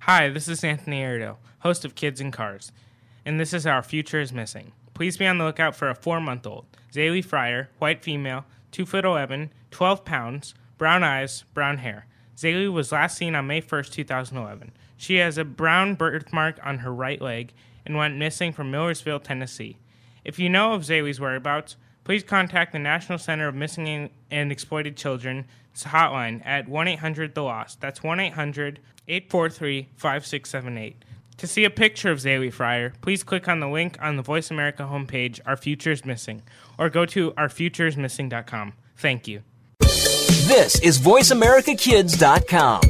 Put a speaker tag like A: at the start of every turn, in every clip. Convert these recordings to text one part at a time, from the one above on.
A: Hi, this is Anthony Arido, host of Kids and Cars, and this is Our Future is Missing. Please be on the lookout for a four month old, Zaylee Fryer, white female, 2 foot 11, 12 pounds, brown eyes, brown hair. Zaylee was last seen on May 1st, 2011. She has a brown birthmark on her right leg and went missing from Millersville, Tennessee. If you know of Zaylee's whereabouts, please contact the National Center of Missing and Exploited Children's hotline at 1 800 The Lost. That's 1 800 843 5678. To see a picture of Zaylee Fryer, please click on the link on the Voice America homepage, Our Future is Missing, or go to ourfutureismissing.com. Thank you.
B: This is VoiceAmericaKids.com.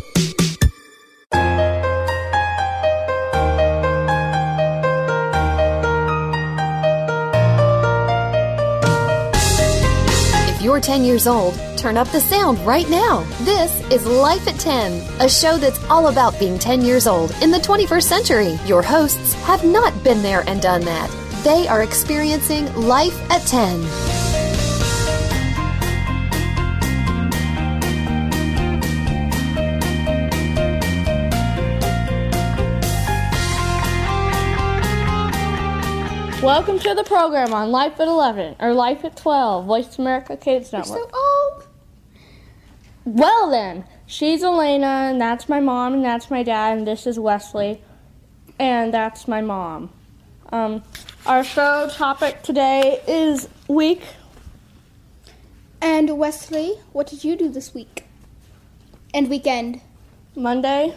C: you're 10 years old, turn up the sound right now. This is Life at 10, a show that's all about being 10 years old in the 21st century. Your hosts have not been there and done that. They are experiencing Life at 10.
D: Welcome to the program on Life at 11 or Life at 12, Voice America Kids
C: You're
D: Network.
C: so old.
D: Well, then, she's Elena, and that's my mom, and that's my dad, and this is Wesley, and that's my mom. Um, our show topic today is week.
E: And Wesley, what did you do this week? And weekend?
D: Monday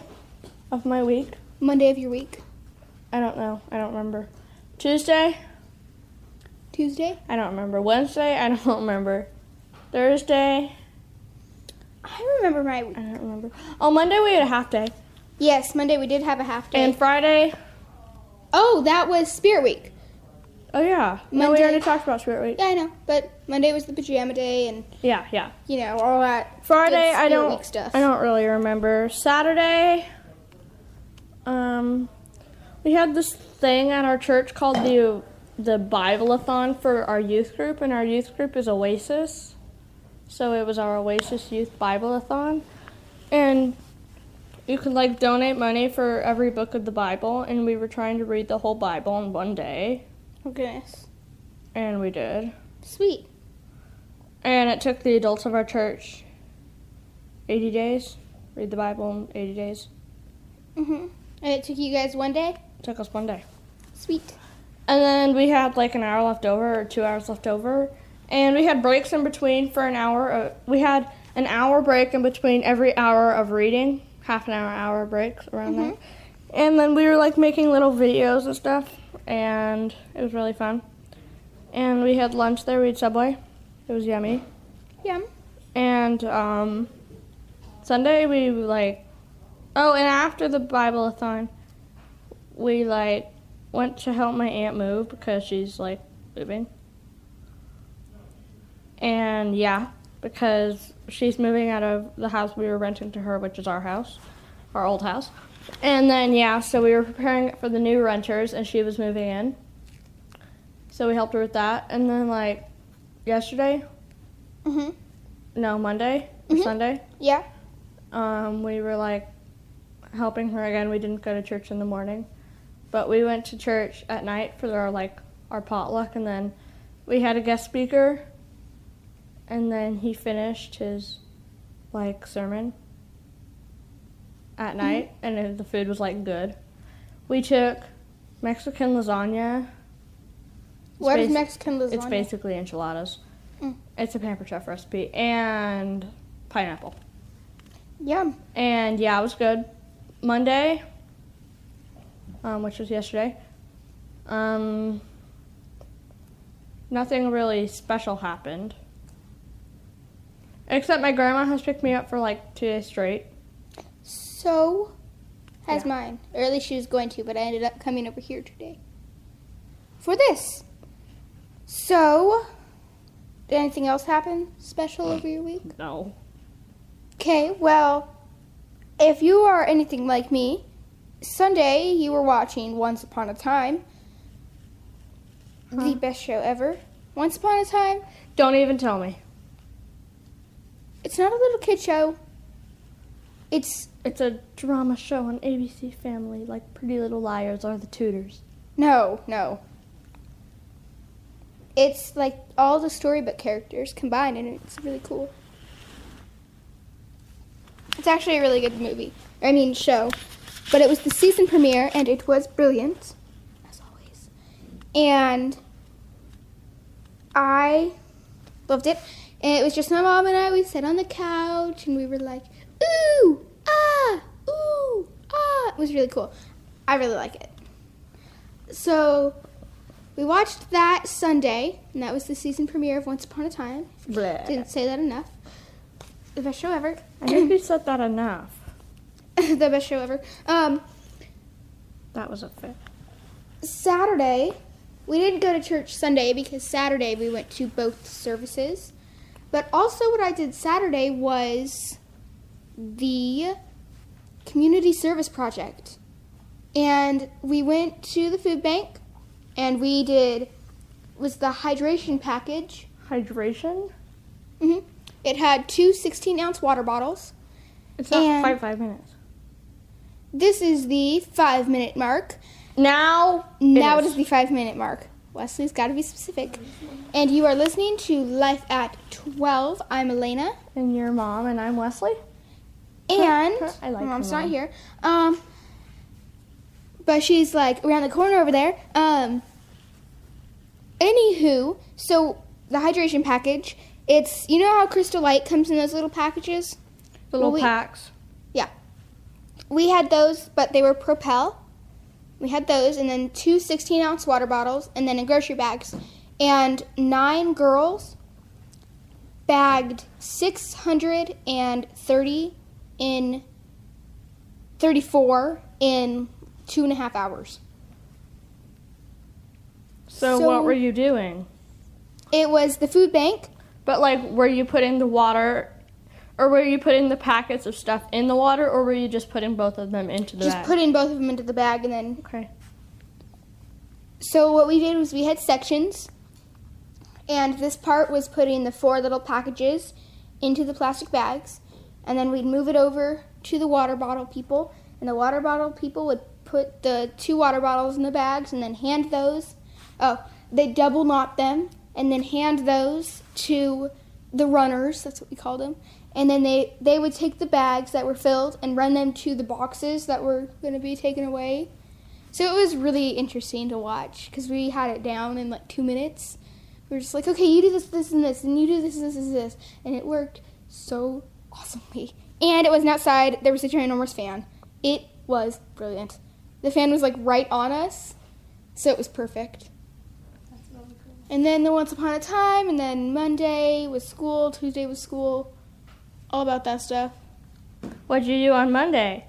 D: of my week.
E: Monday of your week?
D: I don't know. I don't remember. Tuesday?
E: Tuesday?
D: I don't remember. Wednesday? I don't remember. Thursday?
E: I remember my week.
D: I don't remember. Oh, Monday we had a half day.
E: Yes, Monday we did have a half day.
D: And Friday?
E: oh, that was Spirit Week.
D: Oh, yeah. No, we
E: Monday.
D: already talked about Spirit Week.
E: Yeah, I know. But Monday was the pajama day and,
D: Yeah, yeah.
E: you know, all that.
D: Friday,
E: good
D: I
E: Spirit
D: don't,
E: Week stuff.
D: I don't really remember. Saturday, um, we had this thing at our church called the the Bibleathon for our youth group, and our youth group is Oasis, so it was our Oasis Youth Bibleathon, and you could like donate money for every book of the Bible, and we were trying to read the whole Bible in one day,
E: Oh, goodness.
D: and we did.
E: Sweet.
D: And it took the adults of our church 80 days. Read the Bible in 80 days.
E: Mm-hmm. And it took you guys one day?
D: It took us one day.
E: Sweet.
D: And then we had like an hour left over or two hours left over. And we had breaks in between for an hour. Uh, we had an hour break in between every hour of reading, half an hour, hour breaks around there. And then we were like making little videos and stuff. And it was really fun. And we had lunch there. We had Subway. It was yummy.
E: Yum.
D: And um, Sunday we like, oh, and after the Bibleathon, we like went to help my aunt move because she's like moving. And yeah, because she's moving out of the house we were renting to her, which is our house, our old house. And then yeah, so we were preparing it for the new renters, and she was moving in. So we helped her with that, and then like yesterday
E: Mm-hmm.
D: no Monday or
E: Mhm.
D: Sunday.
E: Yeah.
D: Um, we were like helping her again. We didn't go to church in the morning, but we went to church at night for our like our potluck, and then we had a guest speaker, and then he finished his like sermon
E: Mm-hmm.
D: at night, and it- the food was like good. We took Mexican lasagna.
E: What is
D: basi-
E: Mexican lasagna?
D: It's basically enchiladas.
E: Mm.
D: It's a Pamper Chef recipe and pineapple.
E: Yum.
D: And yeah, it was good. Monday, um, which was yesterday, um, nothing really special happened. Except my grandma has picked me up for like two days straight.
E: So has
D: Yeah.
E: mine. Or at least she was going to, but I ended up coming over here today. For this. So did anything else happen special over your week?
D: No.
E: Okay, well if you are anything like me, Sunday you were watching Once Upon a Time. The best show ever. Once Upon a Time.
D: Don't even tell me.
E: It's not a little kid show. It's
D: It's a drama show on ABC Family, like Pretty Little Liars or The Tudors.
E: No, no. It's like all the storybook characters combined, and it's really cool. It's actually a really good movie. I mean, show. But it was the season premiere, and it was brilliant, as always. And I loved it. And it was just my mom and I. We sat on the couch, and we were like, ooh, ah, ooh, ah. It was really cool. I really like it. So we watched that Sunday, and that was the season premiere of Once Upon a Time. Didn't say that enough. The best show ever.
D: I think we said that enough.
E: the best show ever. Um,
D: That was a fit.
E: Saturday, we didn't go to church Sunday because Saturday we went to both services. But also, what I did Saturday was the community service project. And we went to the food bank and we did, was the hydration package.
D: Hydration?
E: hmm It had two 16 ounce water bottles.
D: It's not
E: And-
D: quite five minutes.
E: This is the five minute mark.
D: Now,
E: Now
D: it
E: it
D: is.
E: is the five minute mark. Wesley's got to be specific. And you are listening to Life at 12. I'm Elena.
D: and your mom and I'm Wesley.
E: And
D: I like
E: my mom's
D: her
E: not
D: mom.
E: here. Um, but she's like around the corner over there. Um, anywho, so the hydration package, it's, you know how Crystal Light comes in those little packages?
D: The little
E: Well, we-
D: packs.
E: Yeah. We had those, but they were Propel. We had those, and then two 16 ounce water bottles, and then in grocery bags. And nine girls bagged 630 in 34 in two and a half hours.
D: So,
E: So-
D: what were you doing?
E: It was the food bank.
D: But like, were you putting the water, or were you putting the packets of stuff in the water, or were you just putting both of them into the
E: Just
D: bag?
E: putting both of them into the bag, and then
D: okay.
E: So what we did was we had sections, and this part was putting the four little packages into the plastic bags, and then we'd move it over to the water bottle people, and the water bottle people would put the two water bottles in the bags and then hand those. Oh, they double knot them and then hand those to the runners. That's what we called them. And then they, they would take the bags that were filled and run them to the boxes that were going to be taken away. So it was really interesting to watch because we had it down in like two minutes. We were just like, okay, you do this, this, and this, and you do this, this, this, this, and it worked so awesomely. And it wasn't outside. There was a ginormous fan. It was brilliant. The fan was like right on us, so it was perfect. And then the Once Upon a Time, and then Monday was school, Tuesday was school, all about that stuff.
D: What'd you do on Monday?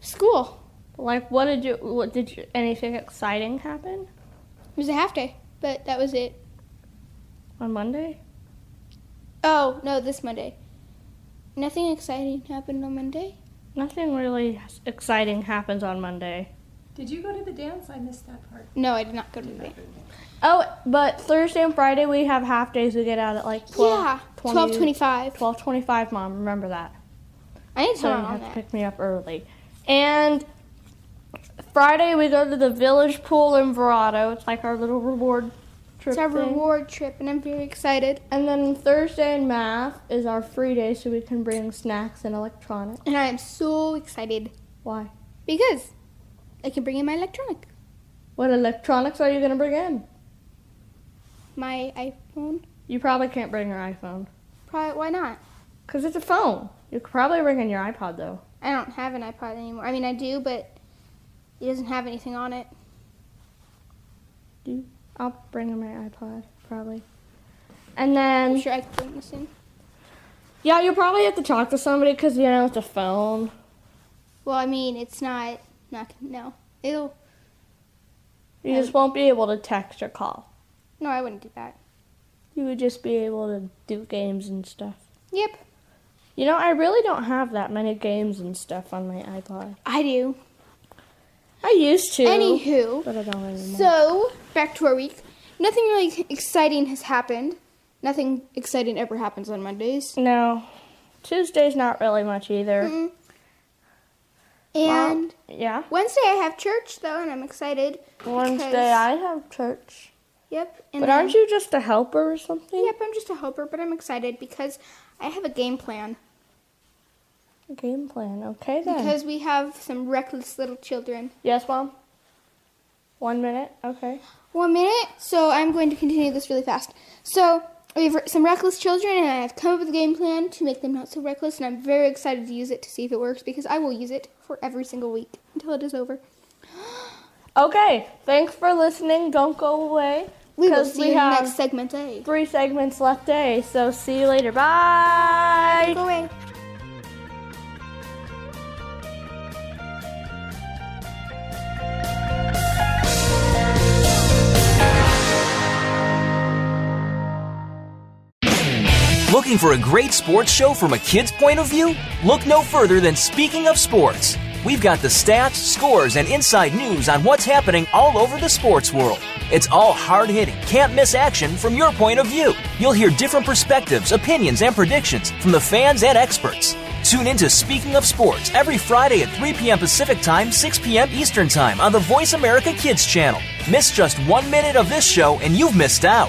E: School.
D: Like, what did you? What did you? Anything exciting happen
E: It was a half day, but that was it.
D: on Monday?
E: Oh, no, this Monday. Nothing exciting happened on Monday.
D: Nothing really exciting happens on Monday.
F: Did you go to the dance? I missed that part.
E: No, I did not go to the dance.
D: Oh, but Thursday and Friday we have half days. We get out at like 12,
E: yeah,
D: 20
E: twelve twenty-five.
D: 12:25, Mom. Remember that.
E: I need to
D: So
E: turn
D: you
E: on
D: have to
E: that.
D: pick me up early. And Friday we go to the village pool in Verado. It's like our little reward trip.
E: It's our
D: thing.
E: reward trip, and I'm very excited.
D: And then Thursday in math is our free day, so we can bring snacks and electronics.
E: And I am so excited
D: Why?
E: because I can bring in my electronic,
D: What electronics are you gonna bring in?
E: my iPhone.
D: You probably can't bring your iPhone
E: Probably, why not?
D: because it's a phone. You could probably bring in your iPod though.
E: I don't have an iPod anymore. I mean, I do, but it doesn't have anything on it.
D: I'll bring in my iPod probably. And then
E: I'm sure I can bring this in.
D: yeah, you'll probably have to talk to somebody because you know it's a phone.
E: Well, I mean, it's not. Not no. It'll.
D: You just won't be able to text or call.
E: No, I wouldn't do that.
D: You would just be able to do games and stuff.
E: Yep,
D: You know, I really don't have that many games and stuff on my iPod.
E: I do.
D: I used to.
E: Anywho.
D: But I don't anymore.
E: So, back to our week. Nothing really exciting has happened. Nothing exciting ever happens on Mondays.
D: no. Tuesday's not really much either.
E: And
D: Yeah.
E: Wednesday I have church though, and I'm excited.
D: Wednesday
E: because-
D: I have church.
E: Yep. And
D: But aren't
E: then-
D: you just a helper or something?
E: Yep, I'm just a helper, but I'm excited because I have a game plan.
D: Game plan. Okay then.
E: Because we have some reckless little children.
D: yes, mom. One minute. Okay.
E: One minute, so I'm going to continue this really fast. So we have some reckless children, and I've come up with a game plan to make them not so reckless, and I'm very excited to use it to see if it works because I will use it for every single week until it is over.
D: Okay. Thanks for listening. Don't go away.
E: We will
D: 'cause
E: see you in the next segment. Hey,
D: three segments left day. So see you later. Bye.
E: go away.
B: Looking for a great sports show from a kid's point of view? Look no further than Speaking of Sports. We've got the stats, scores, and inside news on what's happening all over the sports world. It's all hard hitting, can't miss action from your point of view. You'll hear different perspectives, opinions, and predictions from the fans and experts. Tune into Speaking of Sports every Friday at 3 p.m. Pacific Time, 6 p.m. Eastern Time on the Voice America Kids channel. Miss just one minute of this show and you've missed out.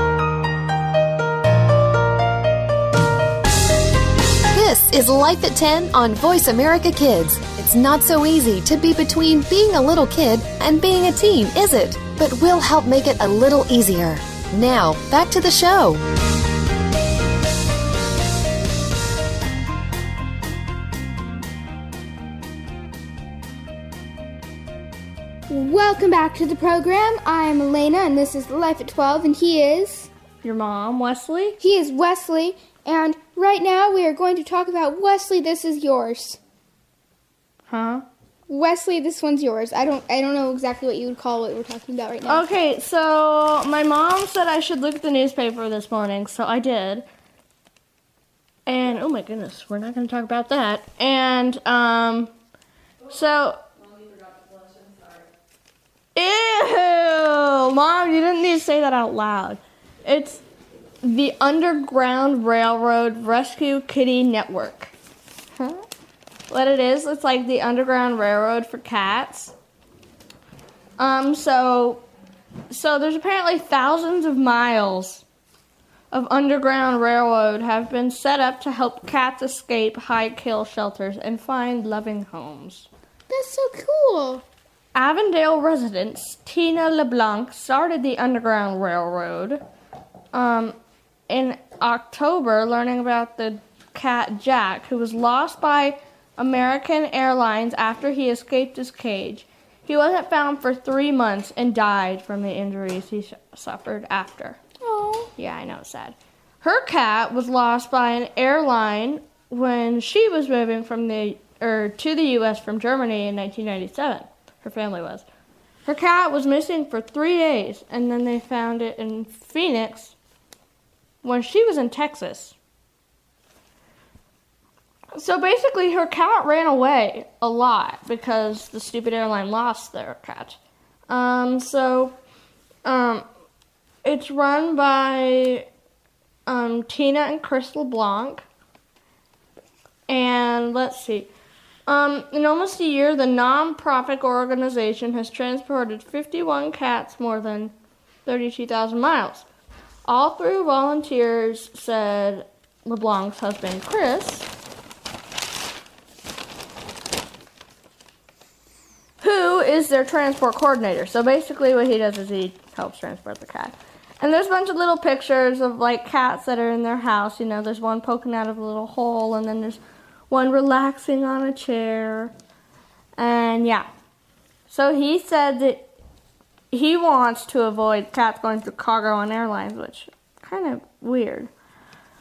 C: This is Life at 10 on Voice America Kids. It's not so easy to be between being a little kid and being a teen, is it? But we'll help make it a little easier. Now, back to the show.
E: Welcome back to the program. I'm Elena, and this is Life at 12, and he is.
D: Your mom, Wesley.
E: He is Wesley, and right now we are going to talk about Wesley. This is yours,
D: Huh?
E: Wesley. This one's yours. I don't, I don't know exactly what you would call what we're talking about right now.
D: Okay, so my mom said I should look at the newspaper this morning, so I did. And oh my goodness, we're not going to talk about that. And um, so. Ew, mom, you didn't need to say that out loud. It's the Underground Railroad Rescue Kitty Network.
E: Huh?
D: What it is, it's like the Underground Railroad for cats. Um, so so there's apparently thousands of miles of underground railroad have been set up to help cats escape high kill shelters and find loving homes.
E: That's so cool.
D: Avondale residents Tina LeBlanc started the Underground Railroad um, in October, learning about the cat Jack, who was lost by American Airlines after he escaped his cage. He wasn't found for three months and died from the injuries he su- suffered after.
E: Oh,
D: Yeah, I know it's sad. Her cat was lost by an airline when she was moving from the or to the U.S. from Germany in 1997. Her family was. Her cat was missing for three days, and then they found it in Phoenix when she was in Texas. So basically, her cat ran away a lot because the stupid airline lost their cat. Um, so, um, it's run by um, Tina and Crystal Blanc. And let's see. Um, in almost a year, the nonprofit organization has transported 51 cats more than 32,000 miles. All through volunteers, said LeBlanc's husband, Chris, who is their transport coordinator. So basically, what he does is he helps transport the cat. And there's a bunch of little pictures of like cats that are in their house. You know, there's one poking out of a little hole, and then there's one relaxing on a chair. And yeah. So he said that he wants to avoid cats going through cargo on airlines, which kind of weird.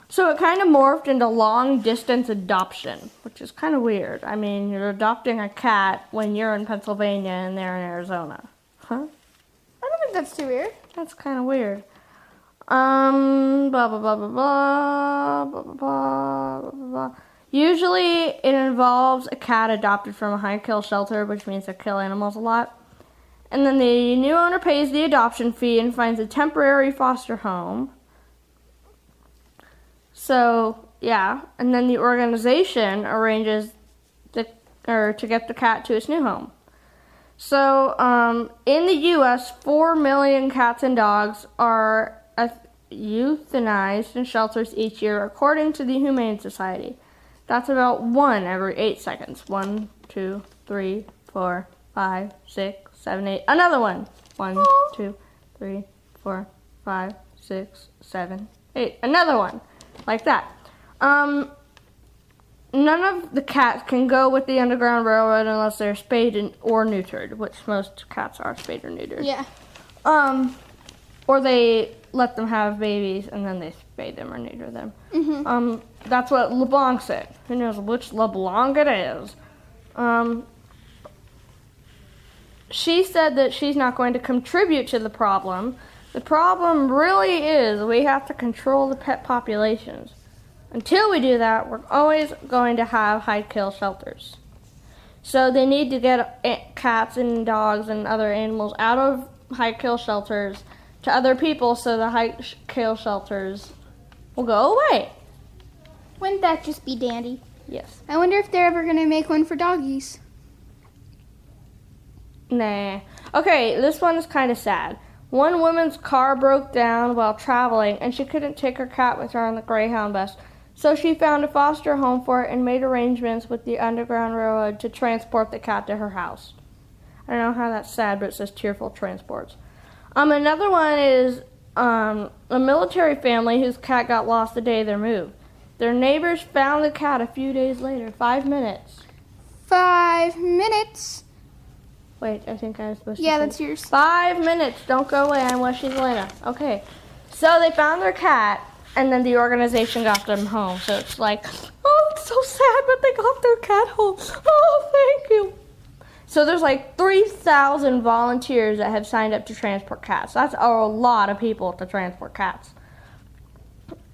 D: So it kind of morphed into long distance adoption, which is kind of weird. I mean, you're adopting a cat when you're in Pennsylvania and they're in Arizona. Huh?
E: I don't think that's too weird.
D: That's kind of weird. Um, blah, blah, blah, blah, blah, blah, blah, blah, blah, blah. Usually it involves a cat adopted from a high kill shelter, which means they kill animals a lot. And then the new owner pays the adoption fee and finds a temporary foster home. So, yeah. And then the organization arranges the, or to get the cat to its new home. So, um, in the U.S., four million cats and dogs are eth- euthanized in shelters each year, according to the Humane Society. That's about one every eight seconds. One, two, three, four, five, six, seven, eight. Another one. One, two, three, four, five, six, seven, eight. Another one. Like that. Um, none of the cats can go with the Underground Railroad unless they're spayed and, or neutered, which most cats are spayed or neutered.
E: Yeah.
D: Um, or they let them have babies and then they spay them or neuter them. Um, that's what LeBlanc said. Who knows which LeBlanc it is? Um, she said that she's not going to contribute to the problem. The problem really is we have to control the pet populations. Until we do that, we're always going to have high kill shelters. So they need to get a- cats and dogs and other animals out of high kill shelters to other people so the high sh- kill shelters will go away.
E: Wouldn't that just be dandy?
D: Yes.
E: I wonder if they're ever gonna make one for doggies.
D: Nah. Okay, this one is kind of sad. One woman's car broke down while traveling and she couldn't take her cat with her on the Greyhound bus. So she found a foster home for it and made arrangements with the Underground Railroad to transport the cat to her house. I don't know how that's sad, but it says cheerful transports. Um, another one is um, a military family whose cat got lost the day they moved. Their neighbors found the cat a few days later, five minutes.
E: Five minutes.
D: Wait, I think I was supposed
E: Yeah,
D: to. say-
E: that's yours.
D: Five minutes. Don't go away. I'm Weshy's Elena. Okay. So they found their cat, and then the organization got them home. So it's like, oh, it's so sad, but they got their cat home. Oh, thank you. So there's like 3,000 volunteers that have signed up to transport cats. That's a lot of people to transport cats.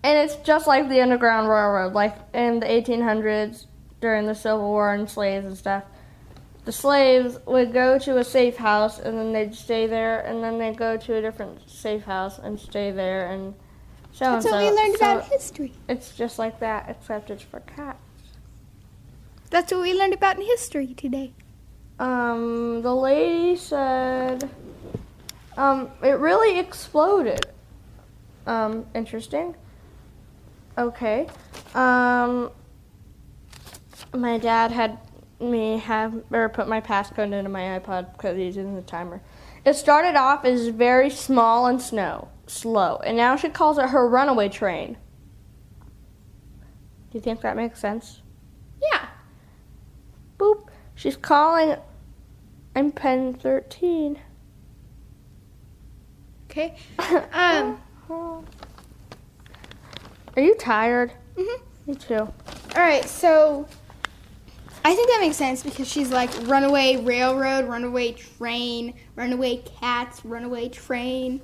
D: And it's just like the Underground Railroad, like in the 1800s during the Civil War and slaves and stuff the slaves would go to a safe house and then they'd stay there and then they'd go to a different safe house and stay there and so
E: That's
D: and
E: what we
D: so.
E: learned
D: So
E: about in history.
D: it's just like that except it's for cats
E: That's what we learned about in history today.
D: um the lady said um it really exploded um interesting okay um my dad had me have or put my passcode into my iPod because he's in the timer. It started off as very small and snow, slow, and now she calls it her runaway train. Do you think that makes sense? Yeah. Boop. She's calling. I'm pen thirteen.
E: Okay. Um.
D: Are you tired?
E: mhm.
D: Me too.
E: All right. So I think that makes sense because she's like runaway railroad, runaway train, runaway cats, runaway train.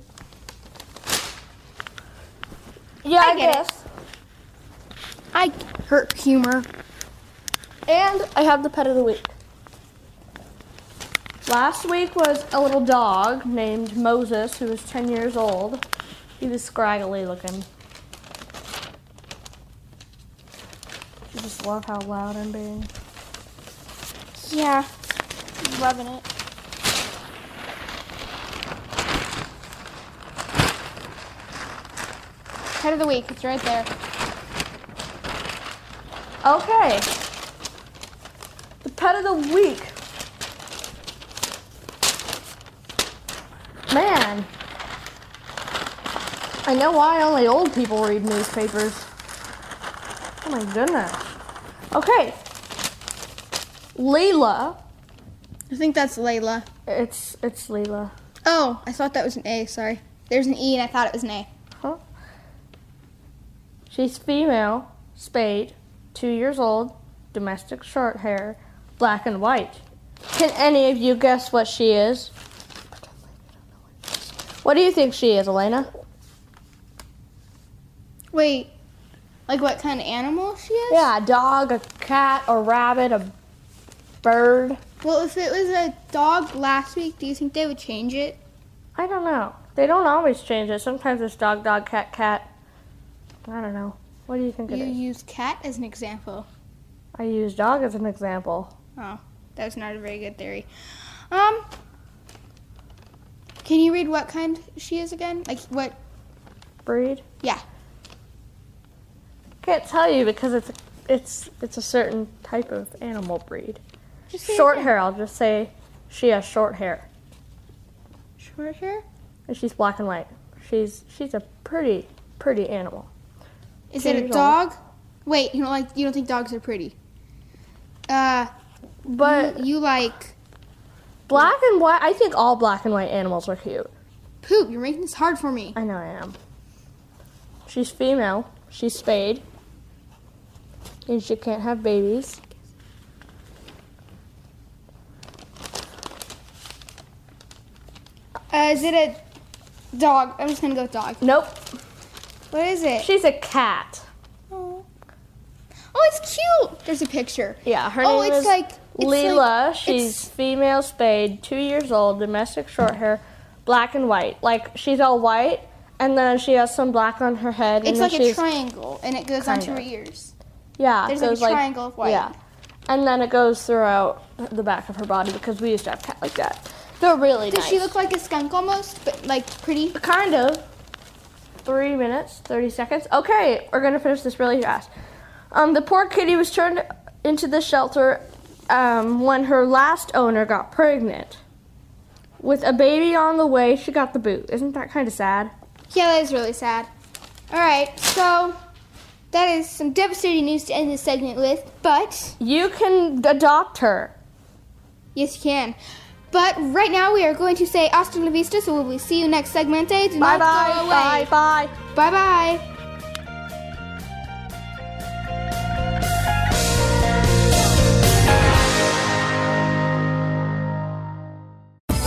D: Yeah,
E: I get it. I her humor.
D: And I have the pet of the week. Last week was a little dog named Moses who was 10 years old. He was scraggly looking. I just love how loud I'm being.
E: Yeah. Loving it. Head of the week. It's right there.
D: Okay. The pet of the week. Man. I know why only old people read newspapers. Oh my goodness. Okay. Layla.
E: I think that's Layla.
D: It's it's Layla.
E: Oh, I thought that was an A. Sorry. There's an E, and I thought it was an A.
D: Huh? She's female, spayed, two years old, domestic short hair, black and white. Can any of you guess what she is? What do you think she is, Elena?
E: Wait, like what kind of animal she is?
D: Yeah, a dog, a cat, a rabbit, a bird.
E: Well, if it was a dog last week, do you think they would change it?
D: I don't know. They don't always change it. Sometimes it's dog, dog, cat, cat. I don't know. What do you think it
E: You
D: is?
E: use cat as an example.
D: I use dog as an example.
E: Oh, that was not a very good theory. Um, can you read what kind she is again? Like what?
D: Breed?
E: Yeah.
D: Can't tell you because it's it's it's a certain type of animal breed.
E: Just say
D: Short
E: again.
D: hair. I'll just say she has short hair
E: Short hair.
D: and she's black and white. She's she's a pretty pretty animal.
E: Is
D: Two
E: it a
D: years old.
E: dog? Wait, you don't like you don't think dogs are pretty. Uh,
D: But
E: you like
D: black and white. I think all black and white animals are cute.
E: poop. You're making this hard for me.
D: I know I am. She's female. She's spayed. And she can't have babies.
E: Uh, is it a dog? I'm just gonna go with dog.
D: Nope.
E: What is it?
D: She's a cat.
E: Oh, Oh, it's cute. There's a picture.
D: Yeah, her
E: oh,
D: name
E: it's
D: is
E: like it's
D: Leela.
E: Like,
D: she's
E: it's-
D: female spayed, two years old, domestic short hair, black and white. Like she's all white, and then she has some black on her head. and
E: It's
D: then
E: like a
D: she's,
E: triangle, and it goes onto her
D: Kinda.
E: ears.
D: Yeah,
E: there's
D: so
E: like a
D: it's
E: triangle of white.
D: Yeah, and then it goes throughout the back of her body because we used to have cat like that. They're really
E: Does
D: nice.
E: she look like a skunk almost, but like pretty?
D: Kind of. Three minutes, 30 seconds. Okay, we're gonna finish this really fast. Um, the poor kitty was turned into the shelter um, when her last owner got pregnant. With a baby on the way, she got the boot. Isn't that kind of sad?
E: Yeah, that is really sad. All right, so that is some devastating news to end this segment with, but
D: You can adopt her.
E: yes, you can. But right now we are going to say hasta la vista, so we'll see you next segment. Bye
D: Bye bye. Bye bye.
E: Bye bye.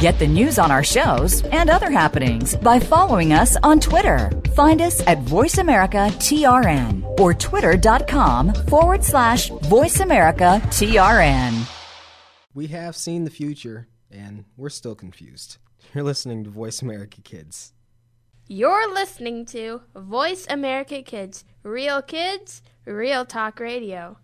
G: Get the news on our shows and other happenings by following us on Twitter. Find us at VoiceAmericaTRN or twitter.com forward slash VoiceAmericaTRN.
H: We have seen the future, and we're still confused. You're listening to Voice America Kids.
I: You're listening to Voice America Kids, Real Kids, Real Talk Radio.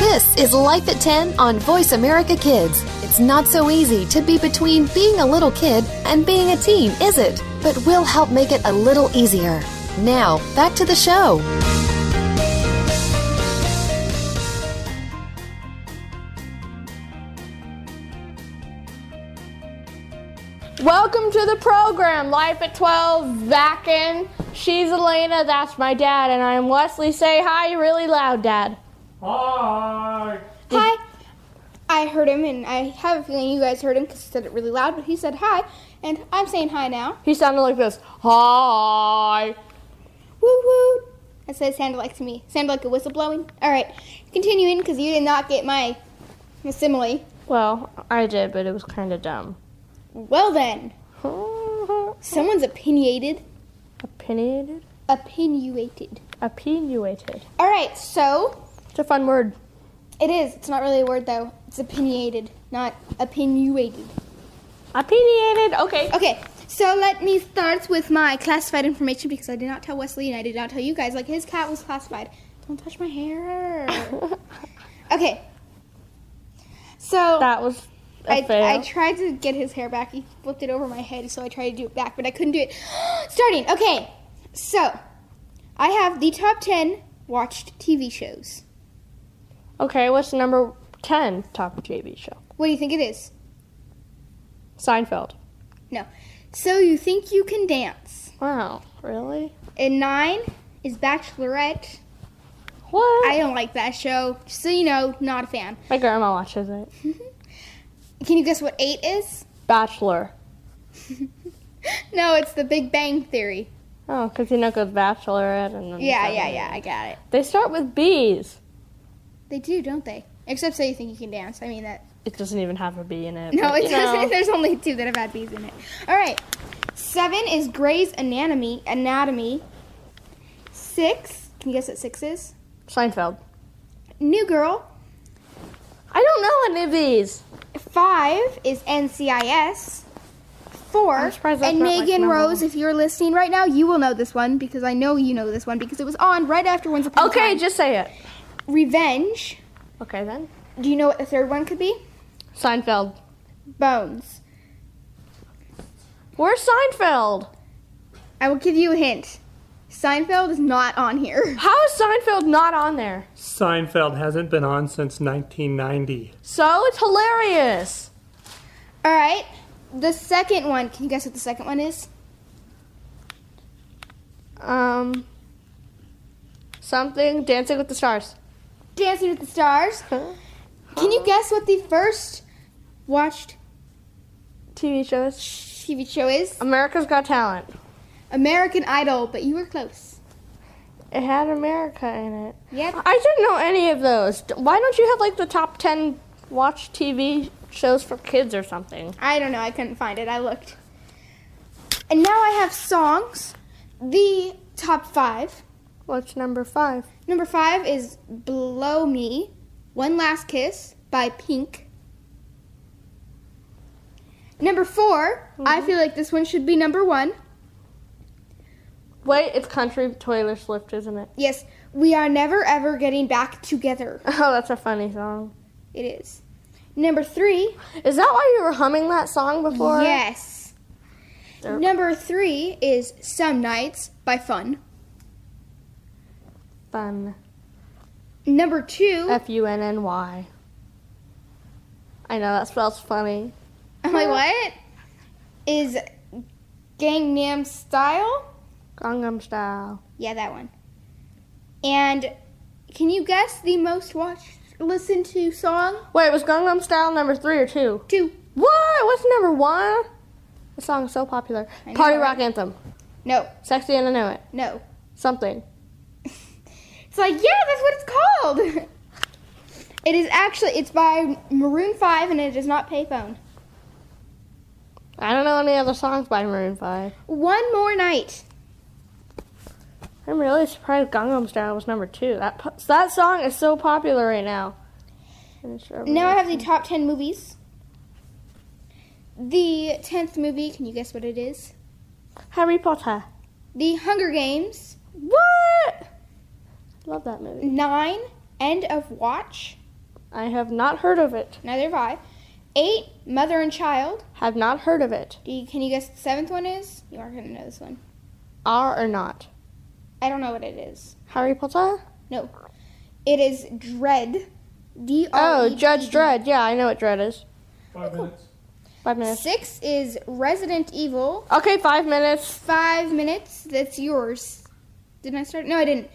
C: This is Life at 10 on Voice America Kids. It's not so easy to be between being a little kid and being a teen, is it? But we'll help make it a little easier. Now, back to the show.
D: Welcome to the program, Life at 12, back in. She's Elena, that's my dad, and I'm Wesley. Say hi really loud, Dad.
A: Hi.
E: Hi. I heard him, and I have a feeling you guys heard him because he said it really loud, but he said hi, and I'm saying hi now.
D: He sounded like this Hi.
E: Woo woo. That's what it sounded like to me. Sounded like a whistle blowing. All right, continuing because you did not get my, my simile.
D: Well, I did, but it was kind of dumb.
E: Well then, someone's opinionated.
D: Opinionated?
E: Opinionated.
D: Opinionated.
E: All right, so
D: It's a fun word.
E: it is. It's not really a word though. It's opinionated, not opinionated.
D: Opinionated, okay.
E: Okay, so let me start with my classified information because I did not tell Wesley and I did not tell you guys. Like his cat was classified. Don't touch my hair. okay. So
D: That was
E: I,
D: fail?
E: I tried to get his hair back. He flipped it over my head, so I tried to do it back, but I couldn't do it. Starting. Okay. So, I have the top 10 watched TV shows.
D: Okay, what's number 10 top TV show?
E: What do you think it is?
D: Seinfeld.
E: No. So, You Think You Can Dance.
D: Wow, really?
E: And 9 is Bachelorette.
D: What?
E: I don't like that show. Just so you know, not a fan.
D: My grandma watches it.
E: Can you guess what 8 is?
D: Bachelor.
E: No, it's the Big Bang Theory.
D: Oh, because you know goes Bachelorette and then
E: Yeah, yeah, yeah, I got it.
D: They start with B's.
E: They do, don't they? Except So You Think You Can Dance. I mean, that
D: It doesn't even have a B in it.
E: No,
D: but,
E: it
D: you know.
E: doesn't. There's only two that have had bees in it. All right. Seven is Grey's Anatomy. Anatomy. Six. Can you guess what six is?
D: Seinfeld.
E: New Girl.
D: I don't know any of these.
E: Five is NCIS. Four.
D: I'm surprised that's
E: and
D: not, like,
E: Megan
D: number
E: Rose,
D: one.
E: if you're listening right now, you will know this one because I know you know this one because it was on right after Once Upon a
D: Okay,
E: Time.
D: just say it.
E: Revenge.
D: Okay then.
E: Do you know what the third one could be?
D: Seinfeld.
E: Bones.
D: Where's Seinfeld?
E: I will give you a hint. Seinfeld is not on here.
D: How is Seinfeld not on there?
J: Seinfeld hasn't been on since 1990.
D: So it's hilarious.
E: All right. The second one. Can you guess what the second one is?
D: Um, something Dancing with the Stars.
E: Dancing with the Stars. Can you guess what the first watched
D: TV shows.
E: TV show is?
D: America's Got Talent.
E: American Idol, but you were close.
D: It had America in it.
E: Yep.
D: I didn't know any of those. D- Why don't you have like the top 10 watch TV shows for kids or something?
E: I don't know. I couldn't find it. I looked. And now I have songs. The top five.
D: What's number five?
E: Number five is Blow Me, One Last Kiss by Pink. Number 4 I feel like this one should be number one.
D: Wait, it's Country Taylor Swift, isn't it?
E: Yes, we are never ever getting back together.
D: Oh, that's a funny song.
E: It is. Number three.
D: Is that why you were humming that song before?
E: Yes.
D: There-
E: Number three is Some Nights by Fun.
D: Fun.
E: Number two.
D: F U N N Y. I know that spells funny.
E: I'm like, what? Is Gangnam Style?
D: Gangnam Style.
E: Yeah, that one. And can you guess the most watched, listened to song?
D: Wait, was Gangnam Style number three or two?
E: Two.
D: What? What's number one? The song's so popular.
E: I know,
D: Party
E: right?
D: Rock Anthem.
E: No,
D: Sexy and I Know It.
E: no.
D: Something.
E: It's like, yeah, that's what it's called. it is actually, it's by Maroon 5 and it is not Payphone.
D: I don't know any other songs by Maroon 5.
E: One More Night.
D: I'm really surprised Gangnam Style was number two. That po- that song is so popular right now. And it's over
E: Now I
D: there.
E: have the top 10 movies. The 10th movie, can you guess what it is?
D: Harry Potter.
E: The Hunger Games.
D: What? Love that movie.
E: 9, End of Watch.
D: I have not heard of it.
E: Neither have I. 8, Mother and Child.
D: Have not heard of it.
E: Do you, can you guess what the 7th one is? You are going to know this one.
D: Are or not.
E: I don't know what it is.
D: Harry Potter?
E: No. It is Dread. D R
D: Oh,
E: E D.
D: Judge Dredd. Yeah, I know what Dredd is.
J: Five minutes.
D: Five minutes.
E: 6 is Resident Evil.
D: Okay, five minutes.
E: 5 minutes. That's yours. Didn't I start? No, I didn't.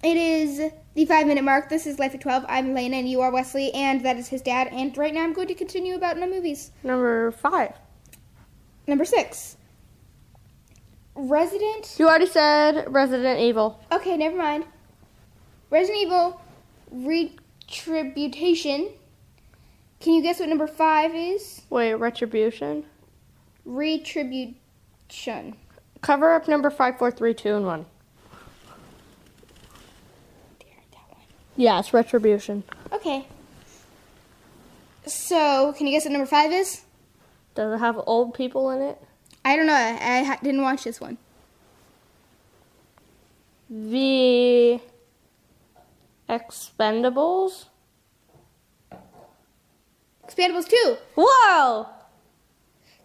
E: It is the 5 minute mark. This is Life at 12. I'm Elena and you are Wesley and that is his dad. And right now I'm going to continue about no movies.
D: Number five.
E: Number 6. Resident
D: You already said Resident Evil.
E: Okay, never mind. Resident Evil Retribution. Can you guess what number five is?
D: Wait, Retribution?
E: Retribution.
D: Cover up number five, four, three, two, and one. Yeah, it's Retribution.
E: Okay. So, can you guess what number five is?
D: Does it have old people in it?
E: I don't know. I, I ha- didn't watch this one.
D: The Expendables?
E: Expendables 2.
D: Whoa!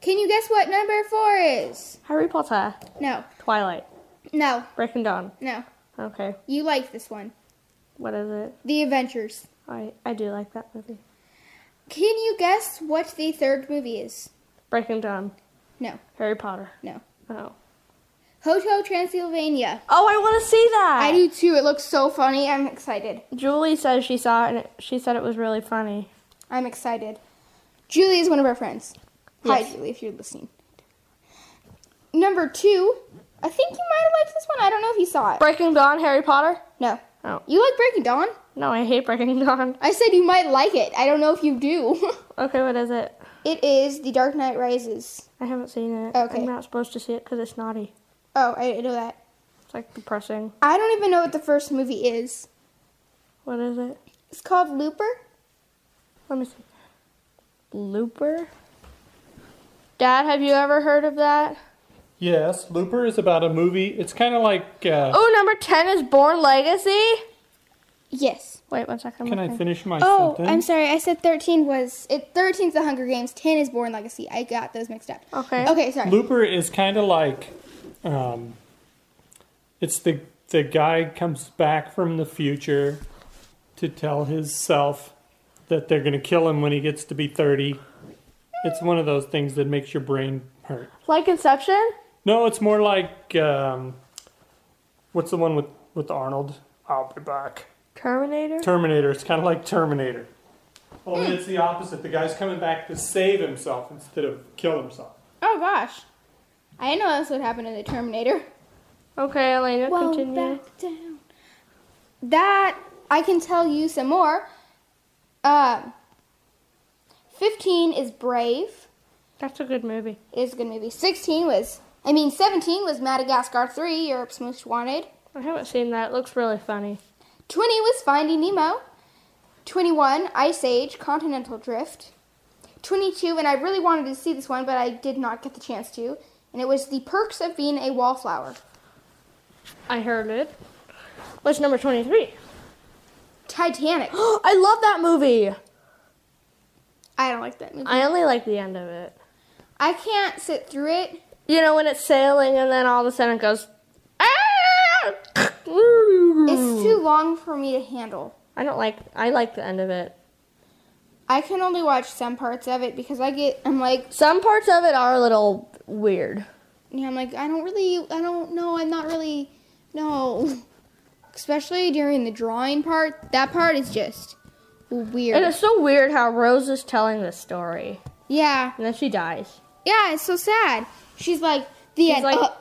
E: Can you guess what number 4 is?
D: Harry Potter.
E: No.
D: Twilight.
E: No.
D: Breaking Dawn.
E: No.
D: Okay.
E: You like this one.
D: What is it?
E: The Adventures.
D: I I do like that movie.
E: Can you guess what the third movie is?
D: Breaking Dawn.
E: No.
D: Harry Potter.
E: No.
D: Oh.
E: Hotel Transylvania.
D: Oh, I want to see that.
E: I do too. It looks so funny. I'm excited.
D: Julie says she saw it and it, she said it was really funny.
E: I'm excited. Julie is one of our friends.
D: Yes.
E: Hi, Julie, if you're listening. Number two, I think you might have liked this one. I don't know if you saw it.
D: Breaking Dawn, Harry Potter?
E: No.
D: Oh.
E: You like Breaking Dawn?
D: No, I hate Breaking Dawn.
E: I said you might like it. I don't know if you do.
D: Okay, what is it?
E: it is The Dark Knight Rises.
D: I haven't seen it.
E: Okay.
D: I'm not supposed to see it because it's naughty.
E: Oh, I didn't know that.
D: It's like depressing.
E: I don't even know what the first movie is.
D: What is it?
E: It's called Looper.
D: Let me see. Looper? Dad, have you ever heard of that?
J: Yes, Looper is about a movie. It's kind of like. Uh,
D: Oh, number 10 is Born Legacy?
E: Yes.
D: Wait one second.
J: can I
D: okay.
J: finish my
E: Oh,
J: sentence?
E: I'm sorry. I said 13 was it. 13's The Hunger Games. 10 is Born Legacy. I got those mixed up.
D: Okay.
E: Okay, sorry.
J: Looper is kind of like, um, it's the the guy comes back from the future to tell his self that they're gonna kill him when he gets to be thirty. It's one of those things that makes your brain hurt.
D: Like Inception?
J: No, it's more like um, what's the one with with Arnold? I'll be back.
D: Terminator?
J: Terminator. It's kind of like Terminator. Only it's the opposite. The guy's coming back to save himself instead of kill himself.
E: Oh gosh, I didn't know that's what happened in the Terminator.
D: okay, Elena,
E: Well,
D: continue.
E: back down. That I can tell you some more. Um, 15 is Brave.
D: That's a good movie.
E: It is a good movie. 16 was, I mean, 17 was Madagascar 3, Europe's Most Wanted.
D: I haven't seen that. It looks really funny.
E: 20 was Finding Nemo. 21, Ice Age, Continental Drift. 22, and I really wanted to see this one, but I did not get the chance to, and it was The Perks of Being a Wallflower.
D: I heard it. What's number 23?
E: Titanic.
D: I love that movie.
E: I don't like that movie.
D: I only like the end of it.
E: I can't sit through it.
D: You know, when it's sailing and then all of a sudden it goes. "Ah!"
E: It's too long for me to handle.
D: I don't like. I like the end of it.
E: I can only watch some parts of it because I get I'm like
D: Some parts of it are a little weird.
E: yeah, I'm like I don't really I don't know, I'm not really no. Especially during the drawing part. That part is just weird.
D: And it's so weird how Rose is telling this story
E: yeah.
D: and then she dies.
E: Yeah, it's so sad. She's like the
D: She's
E: end.
D: like-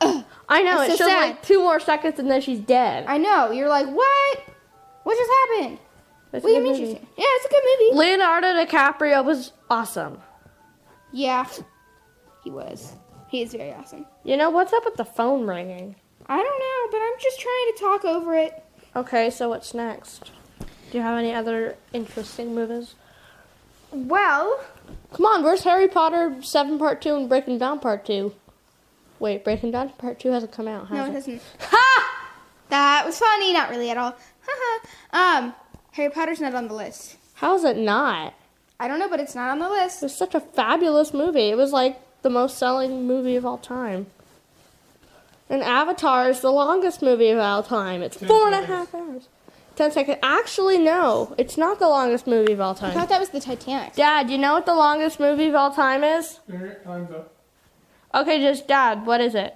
E: uh,
D: I know.
E: It's
D: It's
E: so
D: just
E: sad.
D: like two more seconds and then she's dead.
E: I know. You're like, "What? What just happened?"
D: It's a
E: What do you
D: good
E: mean?
D: movie.
E: she's- Yeah, it's a good movie.
D: Leonardo DiCaprio was awesome.
E: Yeah. He was. He is very awesome.
D: You know what's up with the phone ringing?
E: I don't know, but I'm just trying to talk over it.
D: Okay, so what's next? Do you have any other interesting movies?
E: Well,
D: Come on, where's Harry Potter 7 Part 2 and Breaking Down Part 2? Wait, Breaking Down Part 2 hasn't come out, has
E: no, it
D: it?
E: doesn't. Ha! That was funny. Not really at all. Ha ha. Um, Harry Potter's not on the list.
D: How is it not?
E: I don't know, but it's not on the
D: It
E: list.
D: was such a fabulous movie. It was like the most selling movie of all time. And Avatar is the longest movie of all time. It's four and a half hours. Ten seconds. Actually, no, it's not the longest movie of all
E: I thought
D: time.
E: that was the Titanic.
D: Dad, you know what the longest movie of all time is? Okay, just Dad, what is it?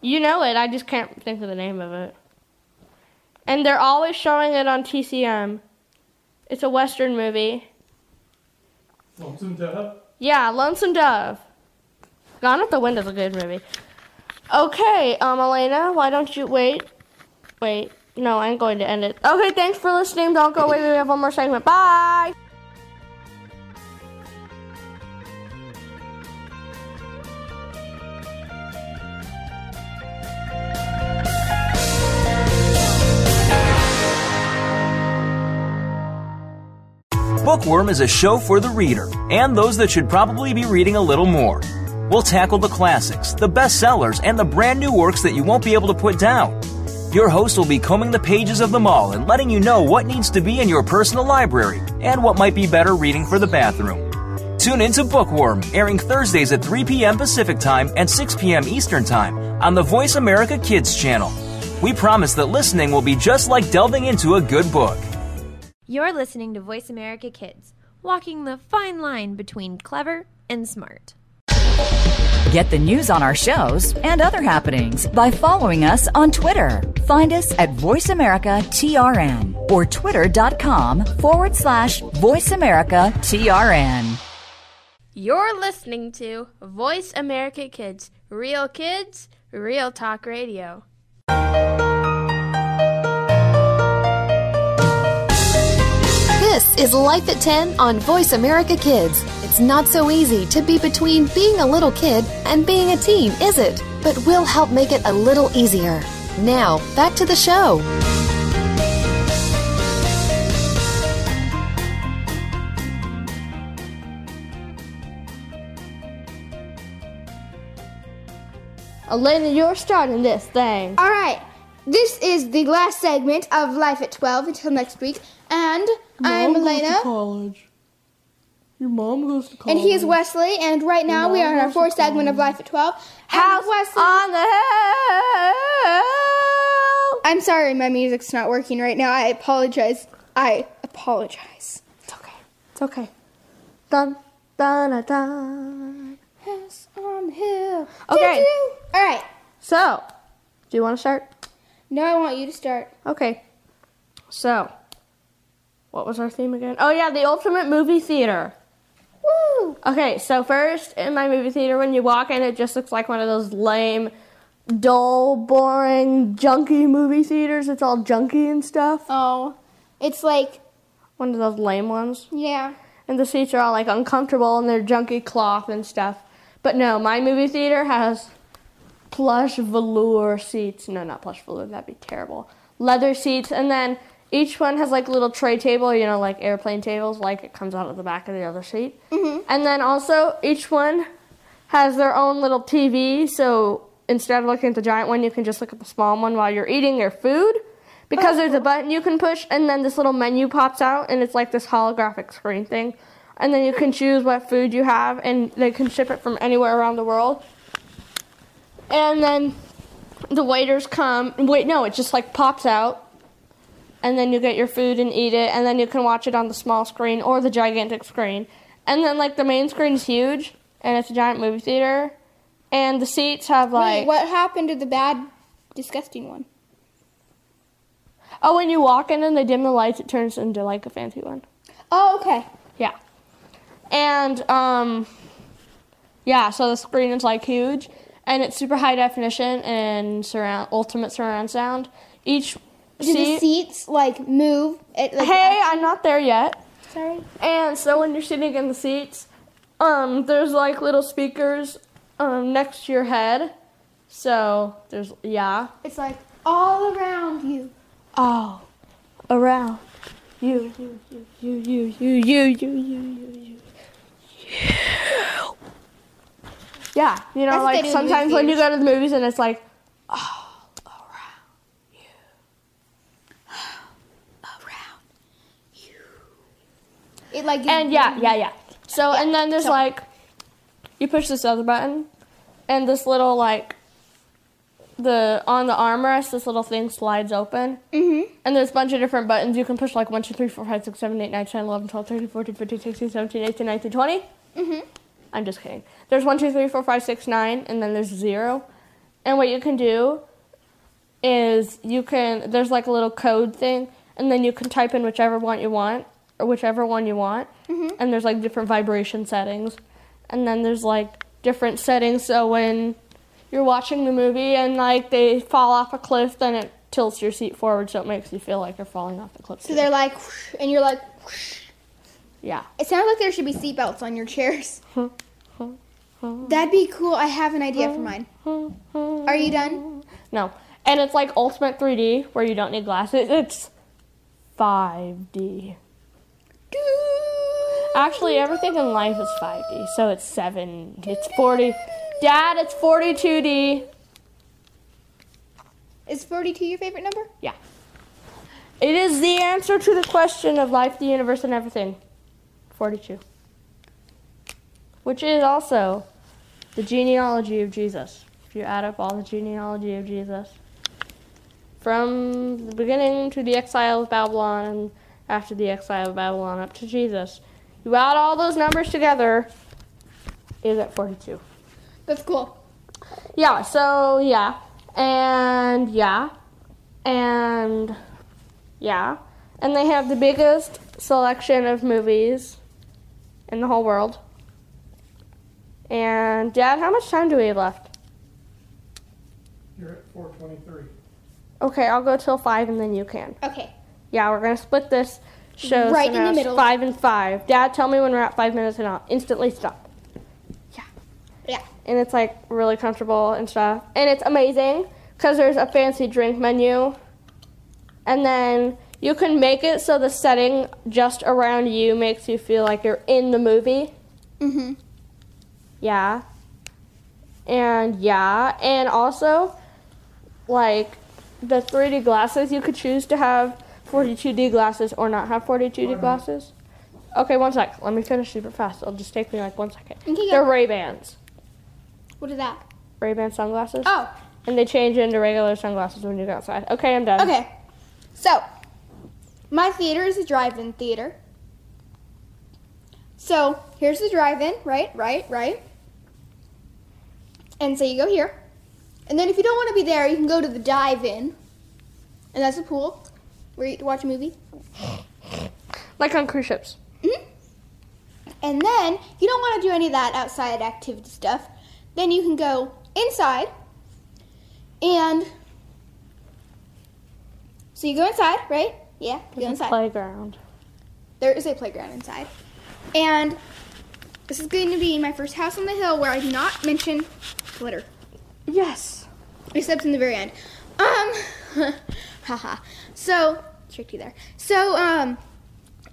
D: You know it, I just can't think of the name of it. And they're always showing it on TCM. It's a Western movie. Yeah, Lonesome Dove. Gone with the Wind is a good movie. Okay, um, Elena, why don't you wait? Wait, no, I'm going to end it. Okay, thanks for listening. Don't go away. We have one more segment. Bye.
B: Bookworm is a show for the reader and those that should probably be reading a little more. We'll tackle the classics, the bestsellers, and the brand new works that you won't be able to put down. Your host will be combing the pages of them all and letting you know what needs to be in your personal library and what might be better reading for the bathroom. Tune in to Bookworm, airing Thursdays at 3 p.m. Pacific Time and 6 p.m. Eastern Time on the Voice America Kids channel. We promise that listening will be just like delving into a good book.
K: You're listening to Voice America Kids, walking the fine line between clever and smart.
G: Get the news on our shows and other happenings by following us on Twitter. Find us at VoiceAmericaTRN or twitter.com forward slash VoiceAmericaTRN.
I: You're listening to Voice America Kids, real kids, real talk radio.
C: This is Life at 10 on Voice America Kids. It's not so easy to be between being a little kid and being a teen, is it? But we'll help make it a little easier. Now, back to the show.
D: Elena, you're starting this thing.
E: All right. This is the last segment of Life at 12 until next week. And I'm Elena.
J: college. Your mom goes to
E: And he is Wesley. And right now we are in our fourth segment of Life at 12. House Wesley. on the Hill. I'm sorry, my music's not working right now. I apologize. I apologize. It's okay.
D: It's okay. Dun, dun, dun, dun.
E: House on the Hill.
D: Okay.
E: All right.
D: So, do you want to start?
E: No, I want you to start.
D: Okay. So, what was our theme again? Oh, yeah, the ultimate movie theater. Woo! Okay, so first in my movie theater, when you walk in, it just looks like one of those lame, dull, boring, junky movie theaters. It's all junky and stuff.
E: Oh, it's like
D: one of those lame ones.
E: Yeah.
D: And the seats are all like uncomfortable and they're junky cloth and stuff. But no, my movie theater has plush velour seats. No, not plush velour. That'd be terrible. Leather seats, and then each one has like little tray table, you know, like airplane tables, like it comes out of the back of the other seat.
E: Mhm.
D: And then also each one has their own little TV, so instead of looking at the giant one, you can just look at the small one while you're eating your food. Because there's a button you can push, and then this little menu pops out, and it's like this holographic screen thing. And then you can choose what food you have, and they can ship it from anywhere around the world. And then the waiters come. Wait, no, it just like pops out. And then you get your food and eat it. And then you can watch it on the small screen or the gigantic screen. And then like the main screen's huge and it's a giant movie theater. And the seats have like.
E: Wait, what happened to the bad, disgusting one?
D: Oh, when you walk in and they dim the lights, it turns into like a fancy one.
E: Oh, okay.
D: Yeah. And um yeah, so the screen is like huge and it's super high definition and surround ultimate surround sound. Each
E: Do the
D: seat
E: seats like move? It, like,
D: Hey, I'm not there yet.
E: sorry.
D: And so when you're sitting in the seats, um there's like little speakers um next to your head. So there's yeah.
E: It's like all around you.
D: all Oh, around you, you, you, you, you, you, you, you, you, you, you. Yeah, you know,
E: That's what they
D: like
E: do in
D: sometimes
E: movie
D: when you go to the movies and it's like,
E: It like
D: and yeah, yeah, yeah. So and then there's
E: so-
D: like, you push this other button, and this little like, the on the armrest, this little thing slides open,
E: Mhm.
D: and there's a bunch of different buttons you can push, like 1, 2, 3, 4, 5, 6, 7, 8, 9, 10, 11, 12, 13, 14, 15, 16, 17, 18, 19, 20.
E: Mhm.
D: I'm just kidding. There's one, two, three, four, five, six, nine, and then there's zero. And what you can do is you can there's like a little code thing, and then you can type in whichever one you want or whichever one you want. And there's like different vibration settings, and then there's like different settings. So when you're watching the movie and like they fall off a cliff, then it tilts your seat forward, so it makes you feel like you're falling off the cliff.
E: So
D: too.
E: they're like, whoosh, and you're like, whoosh.
D: yeah.
E: it sounds like there should be seatbelts on your chairs. That'd be cool. I have an idea for mine. Are you done?
D: No. And it's like Ultimate 3D where you don't need glasses. It's 5D. Actually, everything in life is 5D, so it's 7. It's 40. Dad, it's 42D.
E: Is 42 your favorite number?
D: Yeah. It is the answer to the question of life, the universe, and everything. 42. Which is also the genealogy of Jesus. If you add up all the genealogy of Jesus, from the beginning to the exile of Babylon, and after the exile of Babylon up to Jesus, you add all those numbers together, is at 42.
E: That's cool.
D: Yeah, so yeah. And yeah. And yeah. And they have the biggest selection of movies in the whole world. And Dad, how much time do we have left?
J: You're at 423.
D: Okay, I'll go till five and then you can.
E: Okay.
D: Yeah, we're gonna split this show
E: Right in the
D: somehow. It's
E: middle.
D: Five and five. Dad, tell me when we're at five minutes and I'll instantly stop.
E: Yeah.
D: And it's like really comfortable and stuff. And it's amazing because there's a fancy drink menu. And then you can make it so the setting just around you makes you feel like you're in the movie.
E: Mm-hmm.
D: Yeah. And yeah, and also like the 3D glasses you could choose to have 42D glasses or not have 42D glasses. Okay, one sec. Let me finish super fast. It'll just take me like one second.
E: Okay, go.
D: They're Ray-Bans.
E: What is that?
D: Ray-Ban sunglasses.
E: Oh.
D: And they change into regular sunglasses when you go outside. Okay, I'm done.
E: Okay. So, my theater is a drive in theater. So, here's the drive in, right, right, right. And so you go here. And then if you don't want to be there, you can go to the dive in. And that's a pool where you get to watch a movie.
D: Like on cruise ships.
E: Mm-hmm. And then, if you don't want to do any of that outside activity stuff, then you can go inside. And so you go inside, right? Yeah, you go
D: There's a
E: inside.
D: playground.
E: There is a playground inside. And this is going to be my first house on the hill where I do not mention glitter.
D: Yes.
E: Except in the very end. Um haha. So tricked you there. So um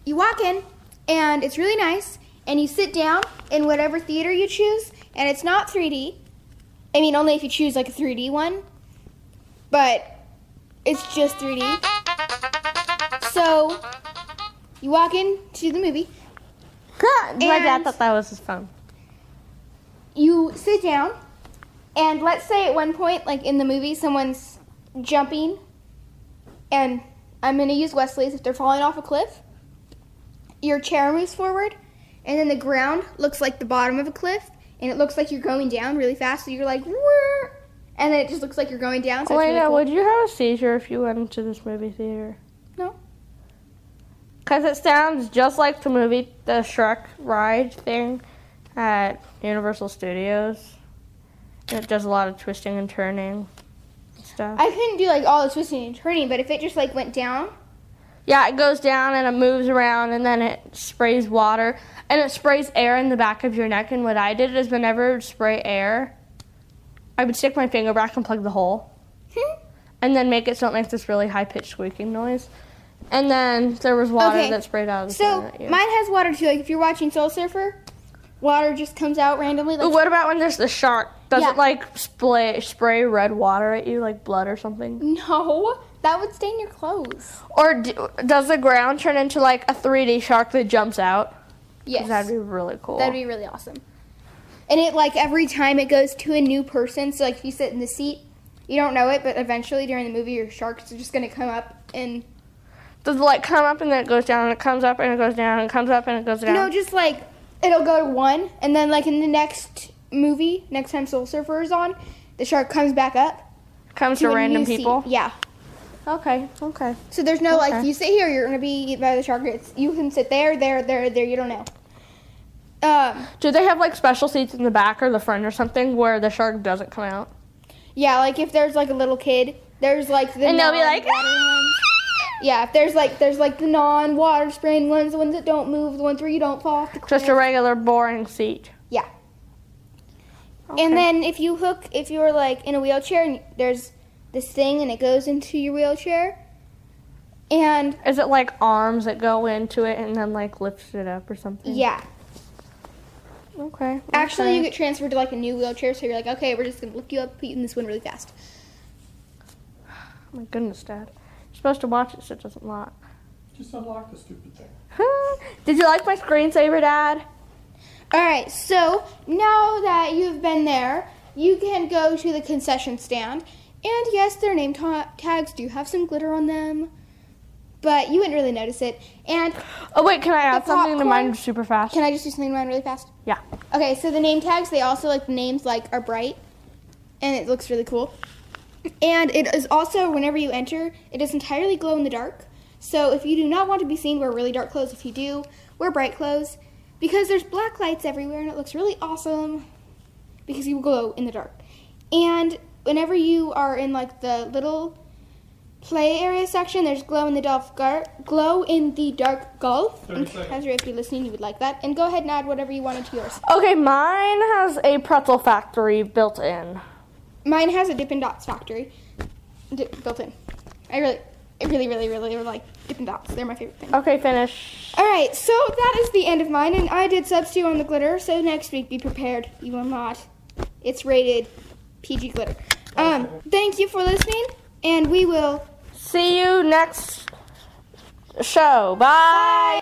E: you walk in and it's really nice and you sit down in whatever theater you choose and it's not 3D. I mean only if you choose like a 3D one. But it's just 3D. So you walk into the movie.
D: My dad
E: And-
D: thought that was his phone.
E: you sit down, and let's say at one point, like in the movie, someone's jumping, and I'm going to use Wesley's if they're falling off a cliff. Your chair moves forward, and then the ground looks like the bottom of a cliff, and it looks like you're going down really fast, so you're like, "Whirr," and then it just looks like you're going down. So
D: Wait,
E: it's really
D: now,
E: cool.
D: would you have a seizure if you went into this movie theater?
E: No.
D: Because it sounds just like the movie, the Shrek ride thing at Universal Studios. And it does a lot of twisting and turning and stuff.
E: I couldn't do like all the twisting and turning, but if it just like went down,
D: yeah, it goes down and it moves around and then it sprays water and it sprays air in the back of your neck. And what I did is whenever it would spray air, I would stick my finger back and plug the hole. and then make it so it makes this really high pitched squeaking noise. And then there was water
E: Okay,
D: that sprayed out of the
E: so
D: can at you.
E: mine has water too. Like if you're watching Soul Surfer, water just comes out randomly. Like
D: Ooh, what about when there's the shark? Does
E: Yeah.
D: it like spray spray red water at you like blood or something?
E: No, that would stain your clothes.
D: Or d does the ground turn into like a 3D shark that jumps out? 'Cause
E: Yes.
D: that'd be really cool.
E: That'd be really awesome. And it like every time it goes to a new person, so like if you sit in the seat, you don't know it, but eventually during the movie your sharks are just gonna come up and
D: does it like come up and then it goes down and it comes up and it goes down and it comes up and it goes down?
E: no, just like it'll go to one and then like in the next movie, next time Soul Surfer is on, the shark comes back up.
D: comes
E: to
D: to
E: a
D: random
E: new seat.
D: people.
E: Yeah.
D: Okay. Okay.
E: So there's no like
D: Okay.
E: if you sit here, you're gonna be eaten by the shark. It's, you can sit there, there, there, there. You don't know. Um,
D: Do they have like special seats in the back or the front or something where the shark doesn't come out?
E: yeah, like if there's like a little kid, there's like the
D: And they'll be
E: non-
D: like, "Ah!"
E: Yeah, if there's like there's like the non-water spraying ones, the ones that don't move, the ones where you don't fall off the cliff.
D: Just a regular boring seat.
E: yeah. And then if you hook, if you're like in a wheelchair and there's this thing and it goes into your wheelchair, and
D: Is it like arms that go into it and then like lifts it up or something?
E: yeah,
D: Okay.
E: actually you
D: okay.
E: get transferred to like a new wheelchair, so you're like, okay, we're just gonna lift you up, put you in this one really fast.
D: My goodness, Dad. You're supposed to watch it so it doesn't lock.
J: Just unlock the stupid thing.
D: Did you like my screensaver, Dad?
E: All right, so now that you've been there, you can go to the concession stand. And yes, their name ta- tags do have some glitter on them, but you wouldn't really notice it. And
D: oh wait, can I add
E: The
D: something to mine
E: popcorn-
D: super fast?
E: Can I just do something to mine really fast?
D: Yeah.
E: Okay, so the name tags, they also like the names like are bright and it looks really cool. And it is also whenever you enter, it is entirely glow in the dark. So if you do not want to be seen, wear really dark clothes. If you do, wear bright clothes because there's black lights everywhere and it looks really awesome because you glow in the dark. And whenever you are in like the little play area section, there's glow in the dark gar- glow in the dark golf.
D: Thirty seconds.
E: Ezra, if you're listening, you would like that. And go ahead and add whatever you wanted to yours.
D: Okay, mine has a pretzel factory built in.
E: Mine has a Dippin' Dots factory D- built in. I really, I really, really, really like Dippin' Dots. They're my favorite thing.
D: Okay, finish.
E: All right, so that is the end of mine, and I did substitute on the glitter. So next week, be prepared. You will not. It's rated PG glitter. Um, thank you for listening, and we will
D: see you next show. Bye.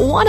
L: Want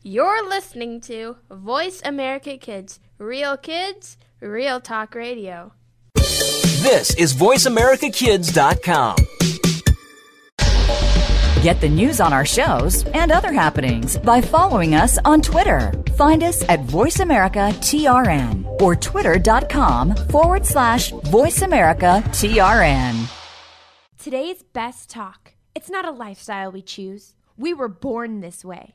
I: You're listening to Voice America Kids, Real Kids, Real Talk Radio.
B: This is VoiceAmericaKids.com.
G: Get the news on our shows and other happenings by following us on Twitter. Find us at VoiceAmericaTRN or twitter.com forward slash VoiceAmericaTRN.
K: Today's best talk. It's not a lifestyle we choose. We were born this way.